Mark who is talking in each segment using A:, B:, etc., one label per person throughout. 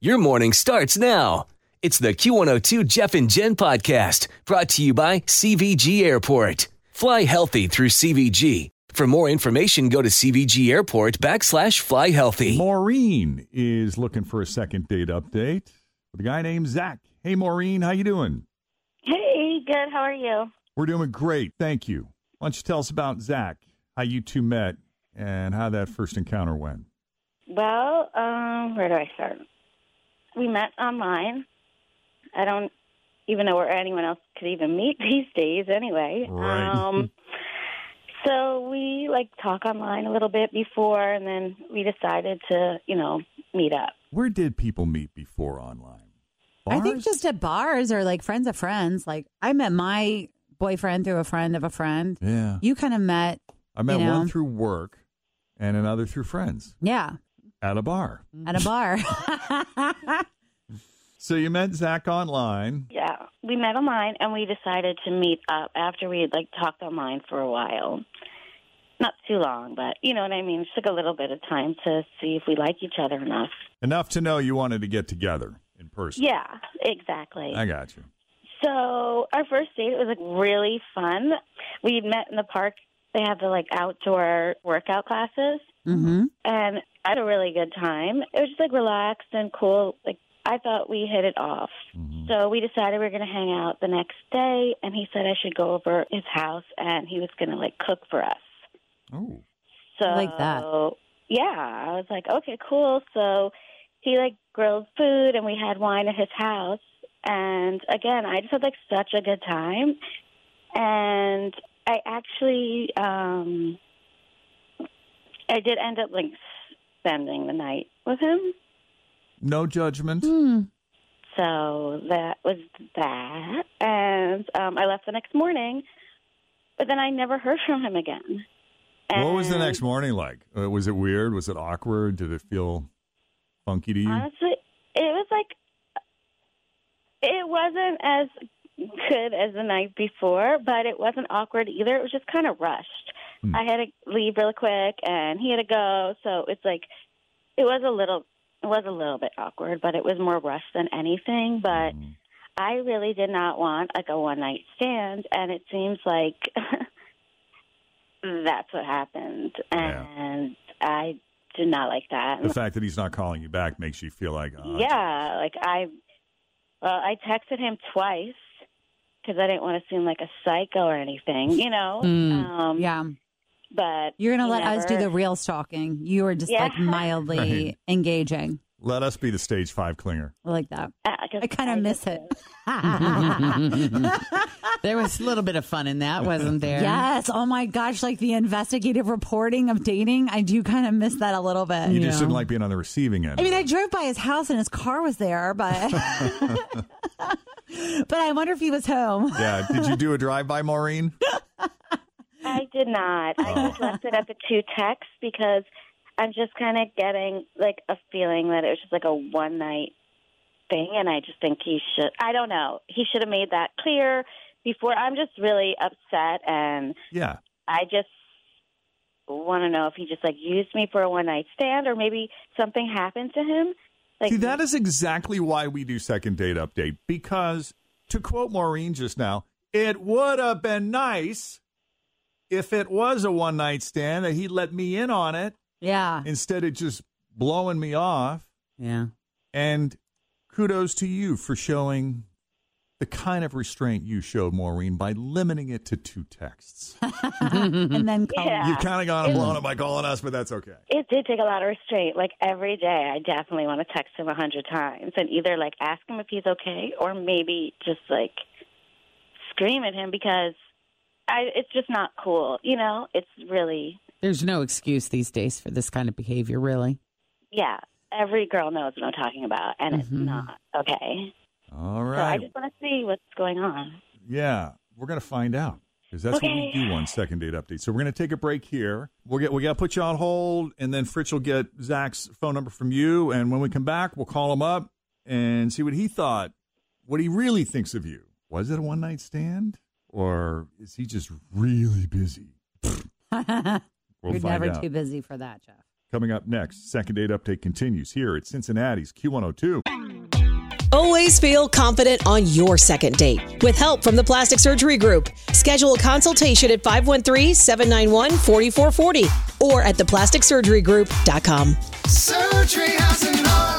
A: Your morning starts now. It's the Q102 Jeff and Jen podcast brought to you by CVG Airport. Fly healthy through CVG. For more information, go to CVG Airport backslash fly healthy.
B: Maureen is looking for a second date update with a guy named Zach. Hey, Maureen, how you doing?
C: Hey, good. How are you?
B: We're doing great, thank you. Why don't you tell us about Zach, how you two met, and how that first encounter went?
C: Well, um, where do I start? We met online. I don't even know where anyone else could even meet these days anyway.
B: Right.
C: Um so we like talk online a little bit before and then we decided to, you know, meet up.
B: Where did people meet before online?
D: I think
B: Bars?
D: just at bars or like friends of friends. Like I met my boyfriend through a friend of a friend.
B: yeah.
D: You kind of met,
B: I met
D: you know.
B: one through work and another through friends
D: yeah,
B: at a bar.
D: at
C: Mm-hmm.
D: a bar.
B: So you met Zach online.
C: Yeah. We met online and we decided to meet up after we had like talked online for a while. Not too long, but you know what I mean? It took a little bit of time to see if we like each other enough.
B: Enough to know you wanted to get together in person.
C: Yeah, exactly.
B: I got you.
C: So our first date was like really fun. We met in the park. They had the like outdoor workout classes,
D: hmm
C: and I had a really good time. It was just like relaxed and cool. Like I thought we hit it off.
B: Mhm.
C: So we decided we were going to hang out the next day, and he said I should go over his house, and he was going to like cook for us.
B: Oh,
C: So
D: I like that.
C: Yeah, I was like, okay, cool. So he like grilled food, and we had wine at his house. And again, I just had like such a good time. And I actually, um, I did end up like spending the night with him.
B: no judgment.
C: So that was that. And um, I left the next morning, but then I never heard from him again.
B: What was the
C: And-
B: next morning like? Uh, was it weird? Was it awkward? Did it feel funky to you?
C: Honestly, it was like it wasn't as good as the night before, but it wasn't awkward either. It was just kind of rushed.
B: Hmm.
C: I had to leave really quick, and he had to go, so it's like it was a little. It was a little bit awkward, but it was more rushed than anything. But
B: Mhm.
C: I really did not want like a one night stand, and it seems like that's what happened.
B: Yeah.
C: And I did not like that.
B: the fact that he's not calling you back makes you feel like uh,
C: Yeah, like I, well, I texted him twice because I didn't want to seem like a psycho or anything, you know. Um,
D: Hmm. yeah,
C: but
D: you're gonna
C: he
D: let us do
C: never-
D: the real stalking. You were just
C: Yeah.
D: like mildly
B: Right.
D: engaging.
B: Let us be the stage five clinger.
D: I like that.
C: Uh, 'cause
D: I kind of miss it.
B: Mm-hmm.
E: There was a little bit of fun in that, wasn't there?
D: Yes. Oh my gosh! Like the investigative reporting of dating, I do kind of miss that a little bit.
B: You just didn't like being on the receiving end.
D: I mean, I drove by his house and his car was there, but but I wonder if he was home.
B: yeah. Did you do a drive by, Maureen?
C: I did not. I just left it at the two texts because I'm just kind of getting like a feeling that it was just like a one night thing, and I just think he should. I don't know. He should have made that clear before. I'm just really upset and.
B: Yeah.
C: I just want to know if he just like used me for a one night stand or maybe something happened to him. Like
B: See, that is exactly why we do second date update because, to quote Maureen just now, it would have been nice if it was a one night stand that he let me in on it
D: Yeah.
B: instead of just blowing me off.
E: Yeah.
B: And kudos to you for showing the kind of restraint you showed, Maureen, by limiting it to two texts.
D: and then call.
C: Yeah.
B: You've kind of gone and blown it by calling us, but that's okay.
C: It did take a lot of restraint. Like every day, I definitely want to text him a hundred times and either like ask him if he's okay or maybe just like scream at him because I, it's just not cool. You know, it's really
E: There's no excuse these days for this kind of behavior, really.
C: yeah. Every girl knows what I'm talking about, and it's
B: Mm-hmm.
C: not okay.
B: All
C: So I
B: right.
C: just want to see what's going on.
B: Yeah, we're going to find out because that's what we
C: Okay.
B: do on second date update. So we're going to take a break here. We'll get we got to put you on hold, and then Fritz will get Zach's phone number from you. And when we come back, we'll call him up and see what he thought, what he really thinks of you. Was it a one night stand, or is he just really busy? We'll
D: You're
B: find
D: never
B: out.
D: too busy for that, Jeff.
B: Coming up next, second date update continues here at Cincinnati's Q102.
F: Always feel confident on your second date with help from the Plastic Surgery Group. Schedule a consultation at 513 791 4440 or at theplasticsurgerygroup.com.
G: Surgery has an art.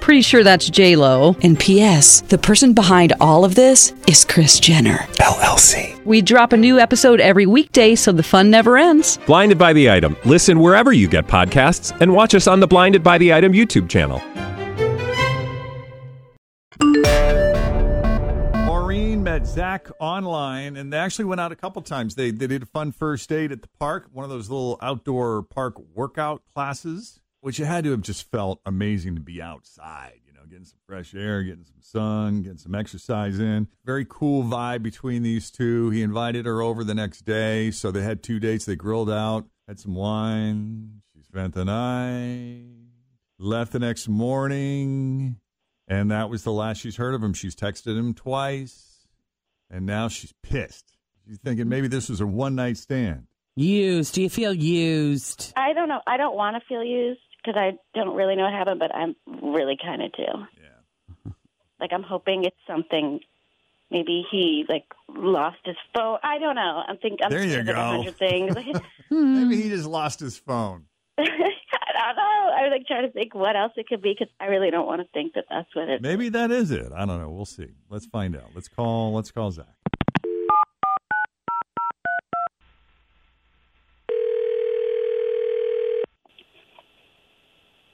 H: Pretty sure that's J Lo.
F: And P.S. The person behind all of this is Chris Jenner.
I: LLC.
H: We drop a new episode every weekday, so the fun never ends.
I: Blinded by the item. Listen wherever you get podcasts, and watch us on the Blinded by the Item YouTube channel.
B: Maureen met Zach online, and they actually went out a couple times. They they did a fun first date at the park, one of those little outdoor park workout classes, which it had to have just felt amazing to be outside, you know, getting some fresh air, getting some sun, getting some exercise in. Very cool vibe between these two. He invited her over the next day, so they had two dates. They grilled out, had some wine. She spent the night. Left the next morning. And that was the last she's heard of him. She's texted him twice, and now she's pissed. She's thinking maybe this was a one night stand.
E: Used. Do you feel used?
C: I don't know. I don't want to feel used because I don't really know what happened, but I'm really kind of do. Yeah. Like I'm hoping it's something. Maybe he like lost his phone. I don't know. I'm think I'm
B: There you
C: thinking of a
B: go.
C: hundred things. I
B: Maybe he just lost his phone.
C: don't know. I was like trying to think what else it could be because I really don't want to think that that's what it.
B: Maybe that is it. I don't know. We'll see. Let's find out. Let's call. Let's call Zach.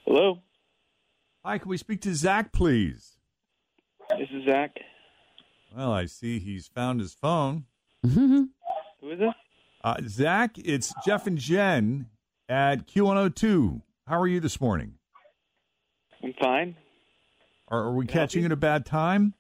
J: Hello,
B: Hi, can we speak to Zach, please?
J: this is Zach.
B: Well, I see he's found his phone.
J: Who is this?
B: Uh, Zach, it's Jeff and Jen at Q102. How are you this morning?
J: I'm fine.
B: Are, are we catching you at a bad time?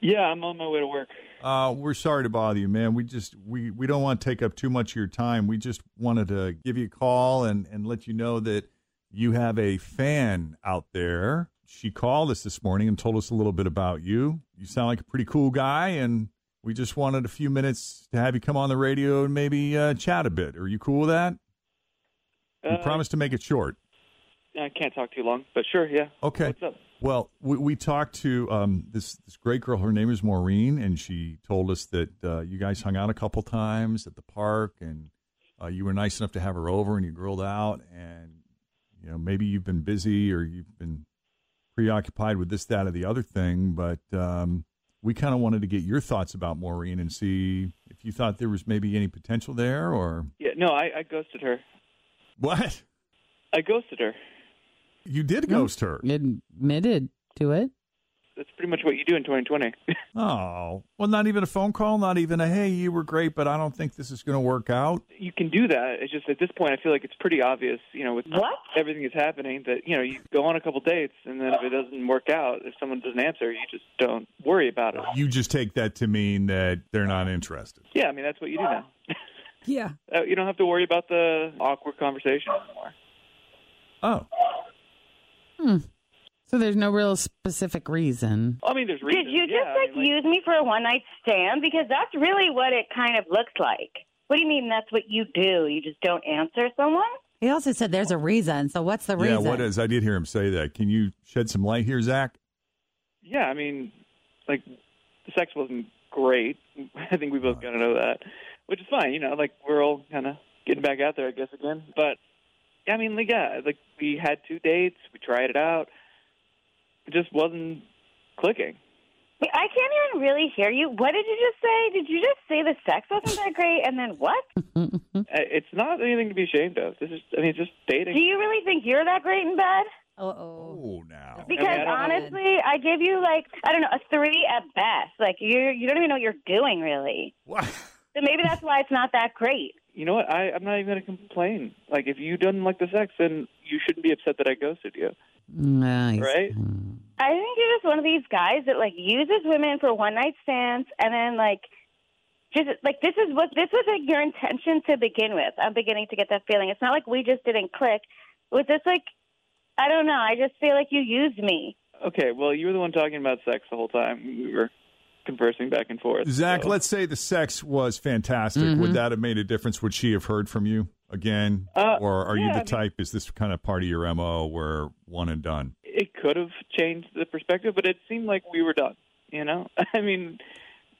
J: Yeah, I'm on my way to work.
B: Uh, we're sorry to bother you, man. We just we, we don't want to take up too much of your time. We just wanted to give you a call and, and let you know that you have a fan out there. She called us this morning and told us a little bit about you. You sound like a pretty cool guy, and we just wanted a few minutes to have you come on the radio and maybe uh, chat a bit. Are you cool with that? we
J: Uh,
B: promised to make it short.
J: I can't talk too long, but sure, yeah.
B: Okay.
J: What's up?
B: Well, we, we talked to um, this this great girl. Her name is Maureen, and she told us that uh, you guys hung out a couple times at the park, and uh, you were nice enough to have her over, and you grilled out, and you know maybe you've been busy or you've been preoccupied with this, that, or the other thing, but um, we kind of wanted to get your thoughts about Maureen and see if you thought there was maybe any potential there, or
J: Yeah, no, I, I ghosted her.
B: what
J: I ghosted her.
B: you did ghost her.
E: Admitted to it.
J: That's pretty much what you do in 2020.
B: Oh, well, not even a phone call, not even a hey, you were great, but I don't think this is going to work out.
J: you can do that. It's just at this point, I feel like it's pretty obvious, you know, with
C: What?
J: everything that's happening, that you know, you go on a couple dates, and then if it doesn't work out, if someone doesn't answer, you just don't worry about it.
B: You just take that to mean that they're not interested.
J: Yeah, I mean, that's what you do now.
D: Yeah.
J: Uh, you don't have to worry about the awkward conversation anymore.
B: Oh,
E: So there's no real specific reason.
J: I mean, there's reasons.
C: Did you just
J: yeah, I
C: like,
J: mean,
C: use me for a one night stand? Because that's really what it kind of looks like. What do you mean that's what you do? You just don't answer someone?
D: He also said there's a reason. So what's the reason?
B: yeah. What is? I did hear him say that. Can you shed some light here, Zach?
J: yeah, I mean, like the sex wasn't great. I think we both kind of know that, which is fine. You know, like we're all kind of getting back out there, I guess, again. But yeah, I mean, like yeah, like we had two dates, we tried it out. It just wasn't clicking.
C: Wait, I can't even really hear you. What did you just say? Did you just say the sex wasn't that great? And then what?
J: Uh, It's not anything to be ashamed of. This is, I mean, it's just
C: Do
J: dating.
C: you really think you're that great in bed?
B: Oh, now.
C: Because
J: I mean, I don't know.
C: honestly, I give you like I don't know a three at best. Like you, you don't even know what you're doing really.
B: What?
C: So maybe that's why it's not that great.
J: you know what? I, I'm not even going to complain. Like, if you didn't like the sex, then you shouldn't be upset that I ghosted you,
E: Nice.
J: right?
C: I think you're just one of these guys that like uses women for one night stands and then like just like this is what this was like your intention to begin with. I'm beginning to get that feeling. It's not like we just didn't click. With this like I don't know, I just feel like you used me.
J: Okay, well, you were the one talking about sex the whole time. We were conversing back and forth.
B: Zach,
J: so-
B: let's say the sex was fantastic.
J: Mm-hmm.
B: Would that have made a difference? Would she have heard from you again?
J: Uh,
B: or are
J: yeah,
B: you
J: I
B: the
J: mean-
B: type? Is this kind of part of your MO where one and done?
J: It could have changed the perspective, but it seemed like we were done, you know? I mean,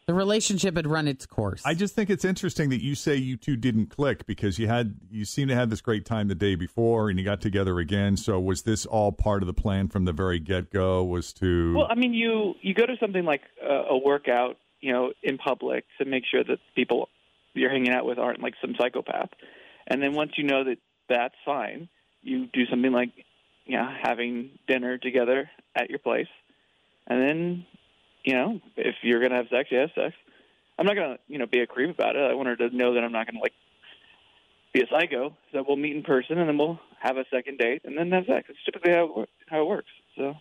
E: The relationship had run its course.
B: I just think it's interesting that you say you two didn't click because you had you seem to have this great time the day before and you got together again. So was this all part of the plan from the very get go? Was to
J: Well, I mean, you you go to something like uh, a workout, you know, in public to make sure that people you're hanging out with aren't like some psychopath. And then once you know that that's fine, you do something like, you know, having dinner together at your place. And then, you know, if you're gonna have sex, you have sex. I'm not gonna, you know, be a creep about it. I want her to know that I'm not gonna like be a psycho. So we'll meet in person, and then we'll have a second date, and then have sex. It's typically how it, wor- how it works. So.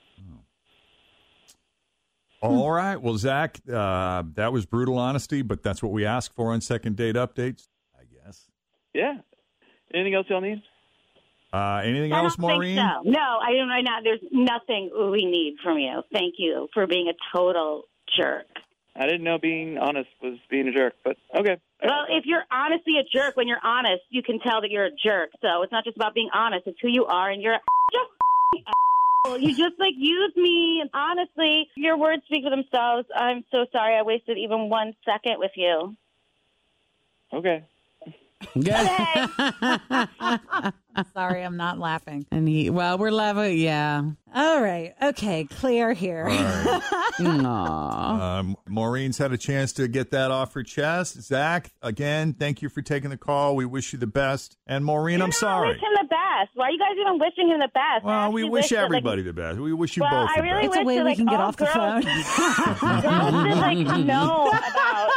B: all right. Well, Zach, uh, that was brutal honesty, but that's what we ask for on second date updates.
J: Yeah. Anything else y'all need?
B: Uh, anything
C: I
B: else,
C: don't think
B: Maureen?
C: so. No, I don't right now. There's nothing we need from you. Thank you for being a total jerk.
J: I didn't know being honest was being a jerk, but okay.
C: Well, if you're honestly a jerk, when you're honest, you can tell that you're a jerk. So it's not just about being honest; it's who you are, and you're a- just a- asshole. you just like use me. And honestly, your words speak for themselves. I'm so sorry I wasted even one second with you.
J: Okay.
D: Sorry, I'm not laughing.
E: And he, well, we're laughing. Yeah.
D: All right. Okay. Clear here.
E: Aw.
B: Um, Maureen's had a chance to get that off her chest. Zach, again, thank you for taking the call. We wish you the best. And Maureen, I'm
C: You
B: sorry.
C: Wish him the best. Why are you guys even wishing him the best? I
B: Well, we
C: actually
B: wish
C: that, like,
B: everybody the best. We wish you
C: Well,
B: both
C: I
B: the
C: really
B: best.
D: That's a
C: wish
D: way
C: that,
D: we
C: like,
D: can get
E: oh,
C: all
D: off the phone.
C: girls- girls should like know about.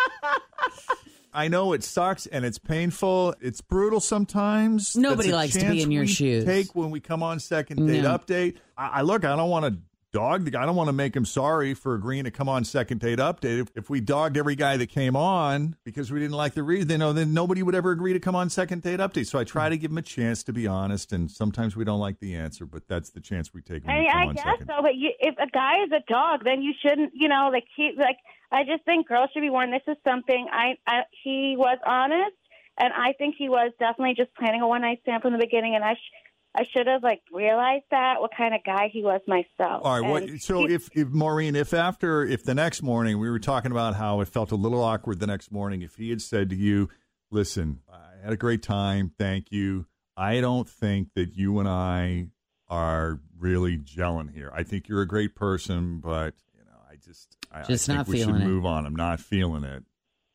B: I know it sucks and it's painful. It's brutal sometimes.
E: Nobody
B: That's a
E: likes to be
B: chance
E: in your
B: we
E: shoes.
B: Take when we come on second date
E: No.
B: update. I, I look. I don't want to dog the guy. I don't want to make him sorry for agreeing to come on second date update. If, if we dogged every guy that came on because we didn't like the reason, you know, then nobody would ever agree to come on second date update. So I try to give him a chance to be honest. And sometimes we don't like the answer, but that's the chance we take. When
C: I
B: we
C: mean,
B: come
C: I
B: on
C: guess
B: second.
C: so, but you, if a guy is a dog, then you shouldn't, you know, like he, like I just think girls should be warned. This is something I, I he was honest, and I think he was definitely just planning a one night stand from the beginning, and I, sh- I should have like realized that what kind of guy he was myself.
D: Oh,
B: All right.
C: And
B: What, so
C: he-
B: if, if Maureen, if after, if the next morning we were talking about how it felt a little awkward the next morning, if he had said to you, "Listen, I had a great time. Thank you. I don't think that you and I are really gelling here. I think you're a great person, but you know, I just, I,
E: Just
B: I think
E: not
B: we should
E: feeling it.
B: move on. I'm not feeling it.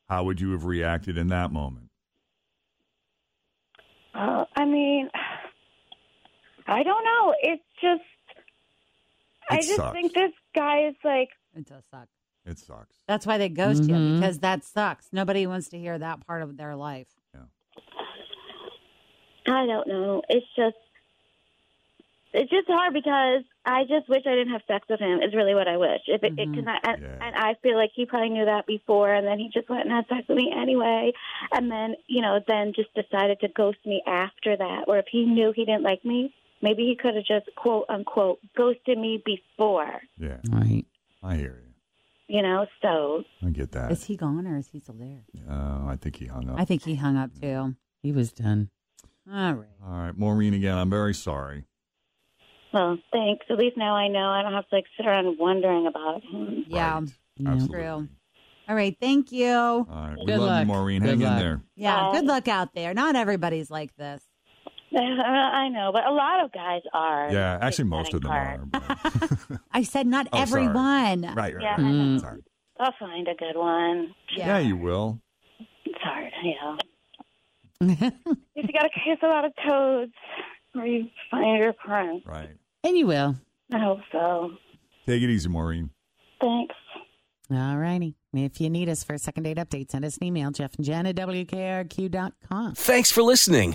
B: How would you have reacted in that moment?
C: Uh, I mean, I don't know. It's just, I
B: It
C: just
B: sucks.
C: think this guy is like
D: It does suck.
B: It sucks.
D: That's why they ghost
E: Mhm.
D: you because that sucks. Nobody wants to hear that part of their life.
C: I don't know. It's just it's just hard because I just wish I didn't have sex with him. Is really what I wish. If it, it can, and,
B: Mm-hmm. Yeah.
C: and I feel like he probably knew that before, and then he just went and had sex with me anyway, and then you know, then just decided to ghost me after that. Or if he knew he didn't like me, maybe he could have just quote unquote ghosted me before.
B: Yeah,
E: Right.
B: I hear you.
C: You know, so
B: I get that.
D: Is he gone or is he still there?
B: Oh, I think he hung up.
D: I think he hung up too.
E: He was done.
D: All right.
B: All right, Maureen. Again, I'm very sorry.
C: Well, thanks. At least now I know I don't have to like sit around wondering about him.
D: Yeah.
B: Absolutely.
D: True. All right. Thank you. All
B: right. We Good love you, luck. Maureen. Good Hang in luck. there.
D: Yeah.
C: Bye.
D: Good luck out there. Not everybody's like this.
C: I know, but a lot of guys are.
B: Yeah, actually, most of them are. but-
D: I said not
B: Oh, sorry.
D: everyone.
B: Right, right, right.
C: Yeah.
B: right. Sorry.
C: I'll find a good one.
B: Yeah. you will.
C: It's hard, yeah. If you got to kiss a lot of toads, or you find your prince.
B: Right.
E: And you will.
C: I hope so.
B: Take it easy, Maureen.
C: Thanks.
E: All righty. If you need us for a second date update, send us an email, Jeff and Jen at WKRQ.com.
A: Thanks for listening